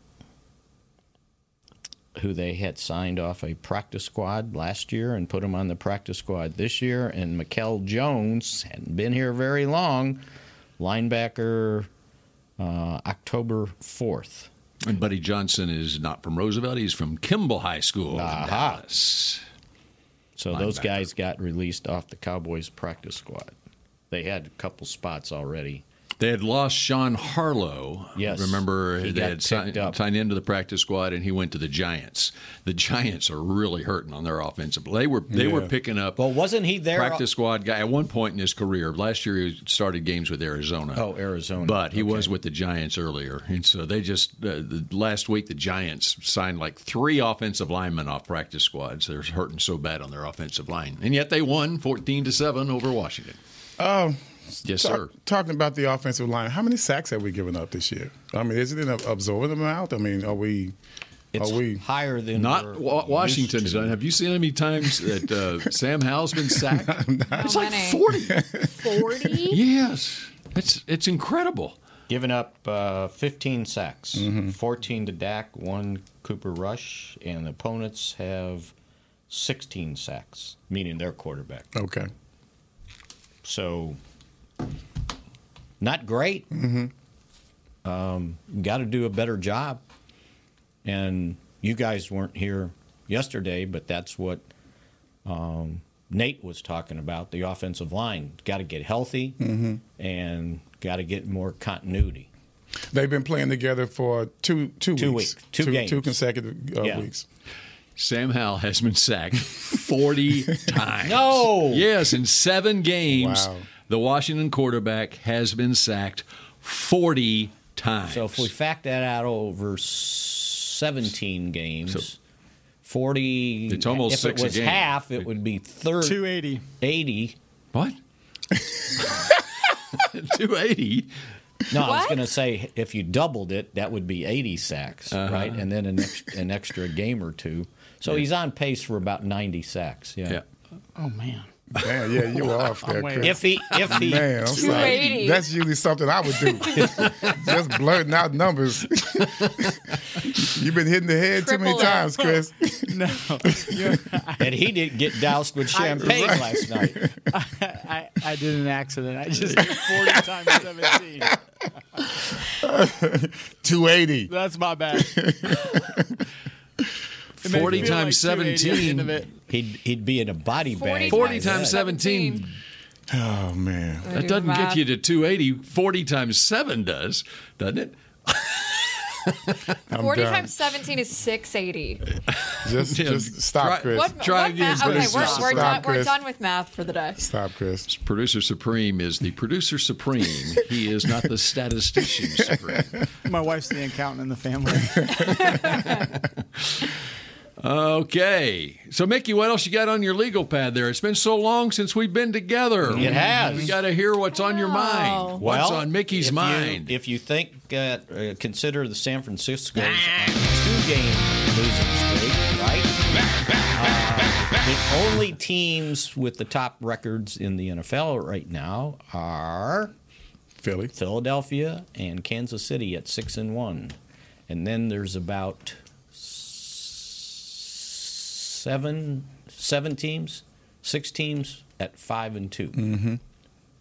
H: who they had signed off a practice squad last year and put him on the practice squad this year. And Mikel Jones hadn't been here very long, linebacker, uh, October 4th.
E: And Buddy Johnson is not from Roosevelt. He's from Kimball High School in Dallas.
H: So those
E: Linebacker.
H: guys got released off the Cowboys practice squad. They had a couple spots already.
E: They had lost Sean Harlow.
H: Yes.
E: Remember,
H: He
E: they
H: got
E: had signed,
H: picked up.
E: signed into the practice squad and he went to the Giants. The Giants are really hurting on their offensive. They were they were picking up
H: Well, wasn't he there?
E: practice squad guy at one point in his career. Last year, he started games with Arizona.
H: Oh, Arizona.
E: But he
H: Okay.
E: was with the Giants earlier, and so they just uh, the, last week the Giants signed like three offensive linemen off practice squads. They're hurting so bad on their offensive line, and yet they won fourteen to seven over Washington.
F: Um,
E: Yes,
F: talk-
E: sir.
F: Talking about the offensive line, how many sacks have we given up this year? I mean, is it enough absorbing them out? I mean, are we?
H: It's
F: are we?
H: higher than we're
E: Not wa-
H: used
E: Washington's
H: to.
E: done. Have you seen how many times that uh, Sam Howell's been sacked? it's like
G: many?
E: forty.
G: 40.
E: yes, it's it's incredible.
H: Giving up uh, 15 sacks,
E: Mm-hmm.
H: 14 to Dak, one Cooper Rush, and the opponents have 16 sacks, meaning their quarterback.
F: Okay.
H: So, not great. Mm-hmm. Um, Got to do a better job. And you guys weren't here yesterday, but that's what um, Nate was talking about the offensive line. Got to get healthy and got to get more continuity.
F: They've been playing together for two two
H: Two
F: weeks,
H: weeks. Two games.
F: two consecutive uh,
H: Yeah.
F: weeks.
E: Sam Howell has been sacked 40 times.
H: No!
E: Yes, in seven games,
F: Wow.
E: the Washington quarterback has been sacked 40 times.
H: So if we fact that out over 17 games, 40.
E: It's almost
H: if
E: six
H: it
E: a
H: was
E: game.
H: half, it would be 30.
N: 280.
H: 80.
E: what? 280?
H: No, I was going to say if you doubled it, that would be 80 sacks,
E: Uh-huh.
H: right? And then an, ex- an extra game or two. So
E: Yeah.
H: he's on pace for about 90 sacks. Yeah.
N: Oh man.
F: Man, yeah, you were off there,
H: Wow.
F: Chris.
H: If he- if he-
F: Man, I'm sorry.
H: 280.
F: That's usually something I would do. Just blurting out numbers. You've been hitting the head too many
N: Triple
F: times,
N: X.
F: Chris.
N: no.
H: and he didn't get doused with champagne
N: Right.
H: last night.
N: I, I did an accident. I just hit 40 times 17.
F: 280.
N: That's my bad. It made
E: 40
N: me feel
E: times
N: like 280 at the end of
E: 17.
H: He'd, he'd be in a body
E: 40
H: bag. by
E: times
H: then.
E: 17.
F: Oh, man.
E: That doesn't get you to 280. 40 times 7 does, doesn't it?
G: 40 times 17 is 680.
F: Just,
E: Yeah,
F: just stop,
E: try-
F: Chris.
G: What, what math- Okay, we're, we're, done, we're done with math for the day.
F: Stop, Chris.
E: Producer Supreme is the producer supreme. he is not the statistician supreme.
N: My wife's the accountant in the family.
E: Okay. So, Mickey, what else you got on your legal pad there? It's been so long since we've been together.
H: It has.
E: We got to hear what's on your mind. What's
H: Well,
E: on Mickey's
H: if you-
E: mind?
H: if you think, uh, uh, consider the San Francisco's two-game losing streak, right? Uh, the only teams with the top records in the NFL right now are
F: Philly,
H: Philadelphia, and Kansas City at six and one, and then there's about seven seven teams, six teams at five and 2
F: Mhm.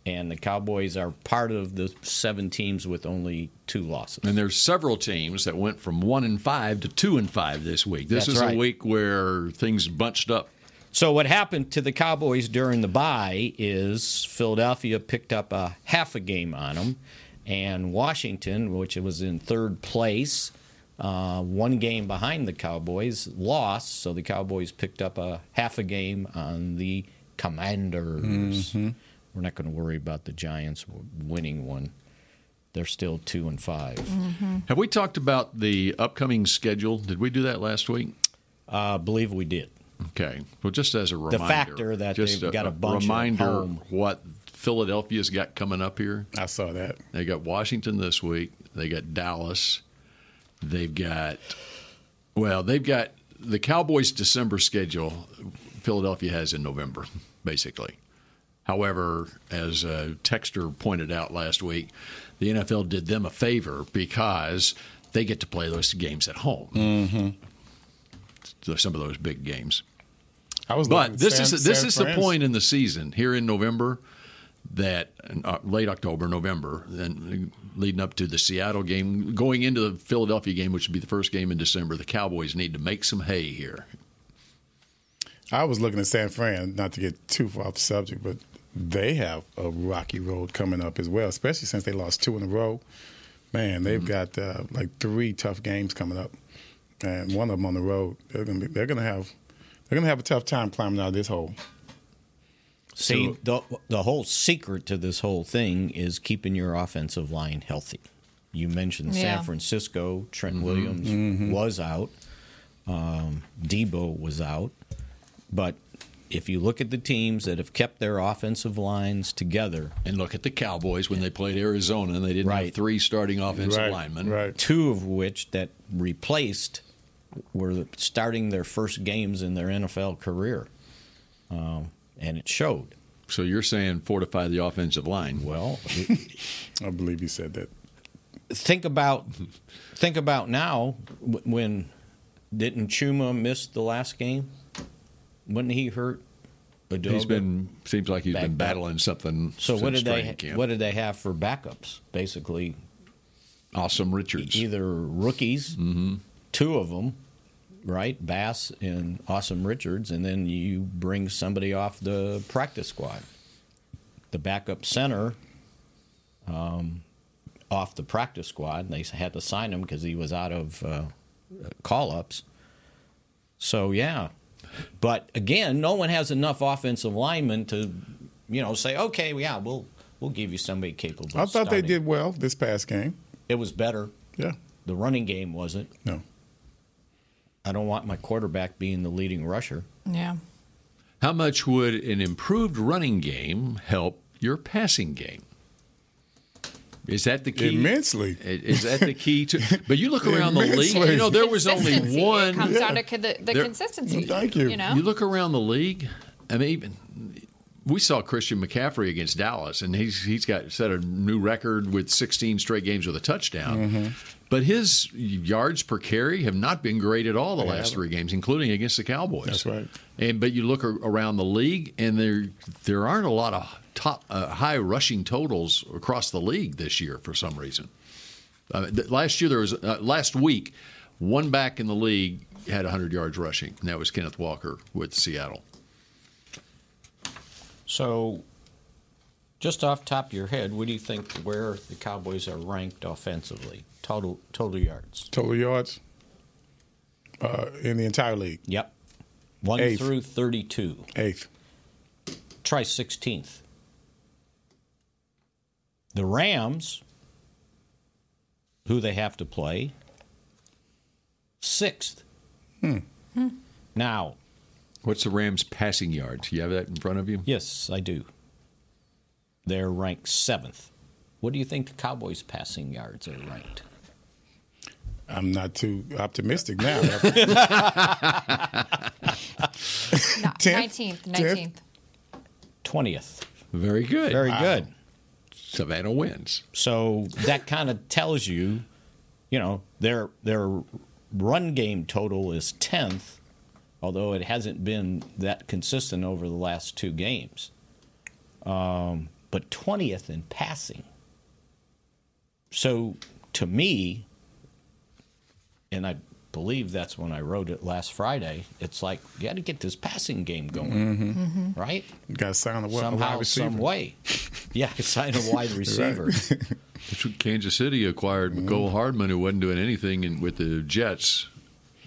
H: and the Cowboys are part of the seven teams with only two losses.
E: and there's several teams that went from one and five to two and five this week. This
H: That's
E: is
H: right.
E: a week where things bunched up.
H: So what happened to the Cowboys during the bye is Philadelphia picked up a half a game on them, and Washington, which was in third place, uh, one game behind the Cowboys, lost. So the Cowboys picked up a half a game on the Commanders.
F: Mhm.
H: We're not going to worry about the Giants winning one. They're still two and 5
E: Have we talked about the upcoming schedule? Did we do that last week?
H: I believe we did.
E: Okay. Well, just as a reminder,
H: factor that
E: just
H: they've got a bunch at
E: reminder
H: home.
E: what Philadelphia's got coming up here.
F: I saw that.
E: They got Washington this week. They got Dallas. They've got well, they've got the Cowboys' December schedule. Philadelphia has in November, basically. However, as uh, Texter pointed out last week, the NFL did them a favor because they get to play those games at home.
F: Mm-hmm.
E: So some of those big games.
F: I was
E: But
F: looking at
E: this
F: San-
E: is this
F: San
E: is
F: Fran's.
E: the point in the season here in November that uh, late October, November, and leading up to the Seattle game, going into the Philadelphia game, which would be the first game in December. The Cowboys need to make some hay here.
F: I was looking at San Fran, not to get too far off the subject, but they have a rocky road coming up as well, especially since they lost two in a row. Man, they've
E: Mm-hmm.
F: got uh, like three tough games coming up, and one of them on the road. They're gonna be, they're gonna have they're gonna have a tough time climbing out of this hole.
H: See,
F: So-
H: the, the whole secret to this whole thing is keeping your offensive line healthy. You mentioned
N: Yeah.
H: San Francisco. Trent
N: Mhm.
H: Williams
N: Mhm.
H: was out. Um, Debo was out. But if you look at the teams that have kept their offensive lines together,
E: and look at the Cowboys when they played Arizona, and they didn't have three starting offensive linemen.
H: two of which that replaced were starting their first games in their NFL career, um, and it showed.
E: So you're saying fortify the offensive line?
H: Well,
F: I believe you said that.
H: think about think about now w- when didn't Chuma miss the last game? Wasn't he hurt?
E: He's
H: Udoga?
E: been seems like he's
H: Backed
E: been
H: up.
E: battling something.
H: So what
E: since
H: did they
E: training camp.
H: what did they have for backups? Basically,
E: awesome Richards.
H: Either rookies,
F: Mm-hmm.
H: two of them, right? Bass and Awesome Richards, and then you bring somebody off the practice squad. The backup center, um, off the practice squad, they had to sign him because he was out of uh, call ups. So yeah, but again, no one has enough offensive linemen to, you know, say okay, yeah, we'll we'll give you somebody capable.
F: I
H: of
F: thought they
H: starting."
F: did well this past game.
H: It was better.
F: Yeah.
H: The running game wasn't.
F: No.
H: I don't want my quarterback being the leading rusher.
G: Yeah.
E: How much would an improved running game help your passing game? Is that the key?
F: Immensely.
E: Is that the key to? But you look around the league.
F: Immensely.
E: You know, there was only
G: Consistency.
E: one.
G: It comes down to co- the, the
E: There-
G: consistency. You know,
E: You look around the league. I mean, even we saw Christian McCaffrey against Dallas, and he's he's got set a new record with 16 straight games with a touchdown.
F: Mm-hmm.
E: But his yards per carry have not been great at all the
F: They
E: last
F: haven't.
E: three games, including against the Cowboys.
F: That's right.
E: And but you look ar- around the league, and there there aren't a lot of top uh, high rushing totals across the league this year for some reason. Uh, th- last year there was uh, last week, one back in the league had 100 yards rushing, and that was Kenneth Walker with Seattle.
H: So, just off top of your head, what do you think where the Cowboys are ranked offensively? Total total yards.
F: Total yards uh, in the entire league.
H: Yep. One
F: Eighth.
H: through 32.
F: Eighth.
H: Try 16th. The Rams, who they have to play, sixth.
E: Hmm.
H: Hmm. Now,
E: What's the Rams' passing yards? You have that in front of you?
H: Yes, I do. They're ranked seventh. What do you think the Cowboys' passing yards are ranked?
F: I'm not too optimistic now. Tenth?
G: nineteenth,
F: Tenth?
G: nineteenth.
H: 20th.
E: Very good.
H: Very good.
E: Savannah wins.
H: So that kind of tells you, you know, their their run game total is 10th, although it hasn't been that consistent over the last two games. Um, but 20th in passing. So to me, and I believe that's when I wrote it last Friday, it's like you got to get this passing game going,
F: Mhm. Mhm.
H: right?
F: Got to sign a wi- a wide
H: Somehow,
F: receiver.
H: some way. Yeah, sign a wide
F: Right.
H: receiver.
E: That's what Kansas City acquired with Cole Hardman, who wasn't doing anything in, with the Jets.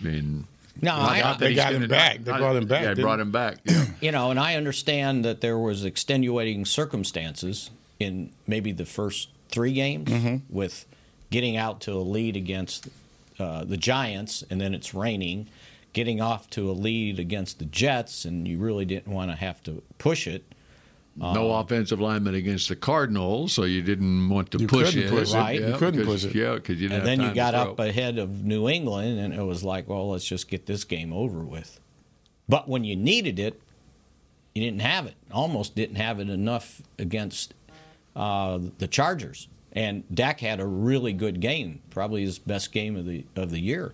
E: I mean,
H: No,
E: not
H: I-
E: that
H: They
E: he's
H: got
E: gonna-
H: him back. They
E: not-
H: brought him back,
E: Yeah, they
H: didn't
E: brought
H: they?
E: him back. Yeah.
H: you know, and I understand that there was extenuating circumstances in maybe the first three games with getting out to a lead against uh, the Giants, and then it's raining, getting off to a lead against the Jets, and you really didn't want to have to push it.
E: no
H: Oh.
E: offensive lineman against the Cardinals, so you didn't want to
H: You
E: push
H: couldn't
E: it.
H: push it. Right.
E: Yeah,
H: You couldn't
E: because-
H: push it.
E: Yeah, because you
H: and
E: didn't have
H: then
E: time
H: you
E: to
H: got
E: throw.
H: up ahead of New England, and it was like, well, let's just get this game over with. But when you needed it, you didn't have it. Almost didn't have it enough against uh, the Chargers. And Dak had a really good game, probably his best game of the of the year.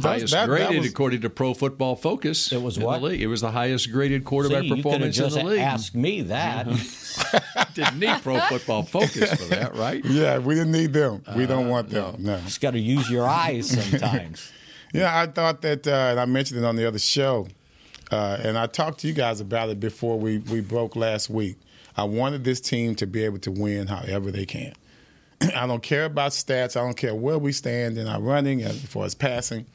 E: highest graded according to Pro Football Focus. It was
H: what?
E: the league. It was the highest graded quarterback
H: See, you could've
E: performance
H: just
E: in the league. Uh-huh.
H: asked me that.
E: Didn't need Pro Football Focus for that, right?
F: Yeah, we didn't need them. we don't want them. No.
H: Just got to use your eyes sometimes.
F: yeah, I thought that, uh, and I mentioned it on the other show, uh, and I talked to you guys about it before we, we broke last week. I wanted this team to be able to win however they can. I don't care about stats. I don't care where we stand in our running as far as passing.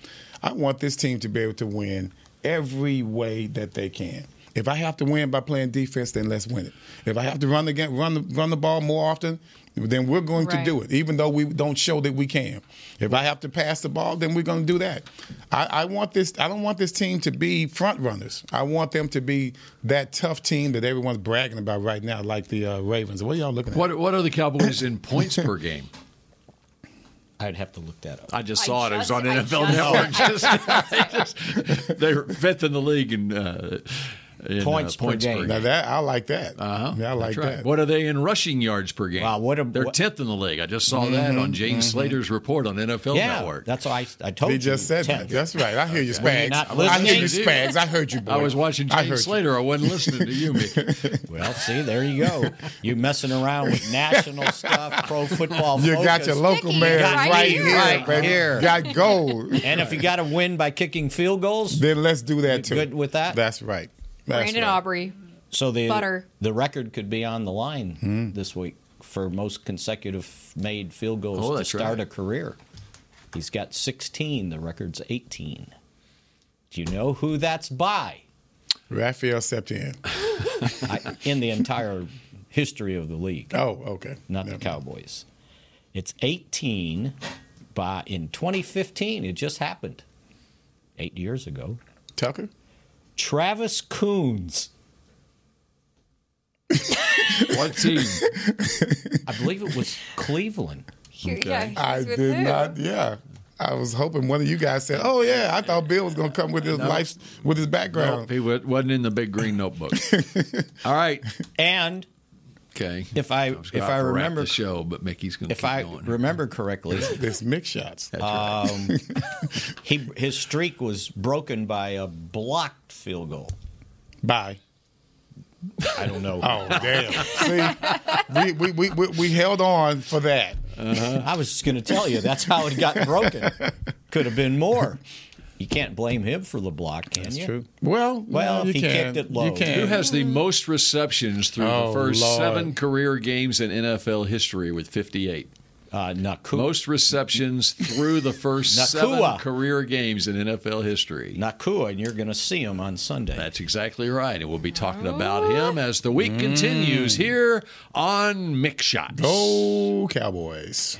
F: I want this team to be able to win every way that they can. If I have to win by playing defense, then let's win it. If I have to run the game, run the, run the ball more often, then we're going
P: Right.
F: to do it, even though we don't show that we can. If I have to pass the ball, then we're going to do that. I, I want this. I don't want this team to be front runners. I want them to be that tough team that everyone's bragging about right now, like the uh, Ravens. What are y'all looking at?
E: What What are the Cowboys in points per game?
H: I'd have to look that up.
E: I just saw it. It was
H: just-
E: on
H: I
E: NFL
H: just-
E: Network.
H: I
E: Just, just- they're fifth in the league in, uh, in, uh,
F: Points per
E: points
F: game. Now that I like that.
E: Uh-huh.
F: Yeah, I like
E: That's right.
F: that.
E: What are they in rushing yards per game? Wow,
H: what a,
E: they're tenth in the league. I just saw that
F: Mhm,
E: on James
F: mhm.
E: Slater's report on NFL
F: Yeah,
E: Network.
H: That's why I, I
F: he just said that. That's right. I hear you,
E: Okay. Were you
F: Spags.
E: not
F: I hear you,
E: listening?
F: Spags. I heard you. Boy.
E: I was watching
F: I
E: James
F: heard you.
E: Slater. I wasn't listening to you, Mickey.
H: Well, see, there you go. You messing around with national stuff, pro football.
F: You got
H: focus.
F: your local Mickey, man right right here. here, baby. Got gold.
H: And if you got to win by kicking field goals,
F: then let's do that
H: too. Good with that.
F: That's right.
G: Brandon Aubrey.
H: So the
G: Butter.
H: the record could be on the line
F: Hmm.
H: this week for most consecutive made field goals
E: Oh,
H: to
E: that's
H: start
E: right.
H: a career. He's got 16. The record's 18. Do you know who that's by?
F: Raphael Septien.
H: I, in the entire history of the league.
F: Oh, okay.
H: Not the Cowboys. It's 18 by in 2015. It just happened. 8 years ago.
F: Tucker?
H: Travis Coons. what team? I believe it was Cleveland.
G: yeah, he was
F: I
G: with
F: did
G: who?
F: not. Yeah, I was hoping one of you guys said, "Oh yeah, I thought Bill was going to come with his life, with his background."
E: Nope, he wa- wasn't in the big green notebook. All right,
H: and
E: okay.
H: If I,
E: was
H: if
E: gonna
H: I
E: wrap
H: remember
E: the show, but Mickey's going to
H: if I remember correctly,
F: this mix shots.
H: Um, he his streak was broken by a blocked field goal.
F: By
H: I don't know.
F: Oh damn! See, we, we, we, we, we held on for that. Uh-huh.
H: I was just going to tell you that's how it got broken. Could have been more. You can't blame him for the block, can
F: That's
H: you?
F: true. Well,
H: well,
F: no,
H: if
F: you
H: he
F: can.
H: kicked it
F: You
H: low.
F: can.
E: Who has the most receptions through
F: Mm. Oh,
E: the first
F: Lord.
E: seven career games in NFL history with 58?
H: Uh, Nakua.
E: Most receptions through the first seven
H: Nakua.
E: career games in NFL history.
H: Nakua, and you're going to see him on Sunday.
E: That's exactly right. And we'll be talking about
F: Oh.
E: him as the week continues here on Mix Shots.
F: Mm. Go Cowboys.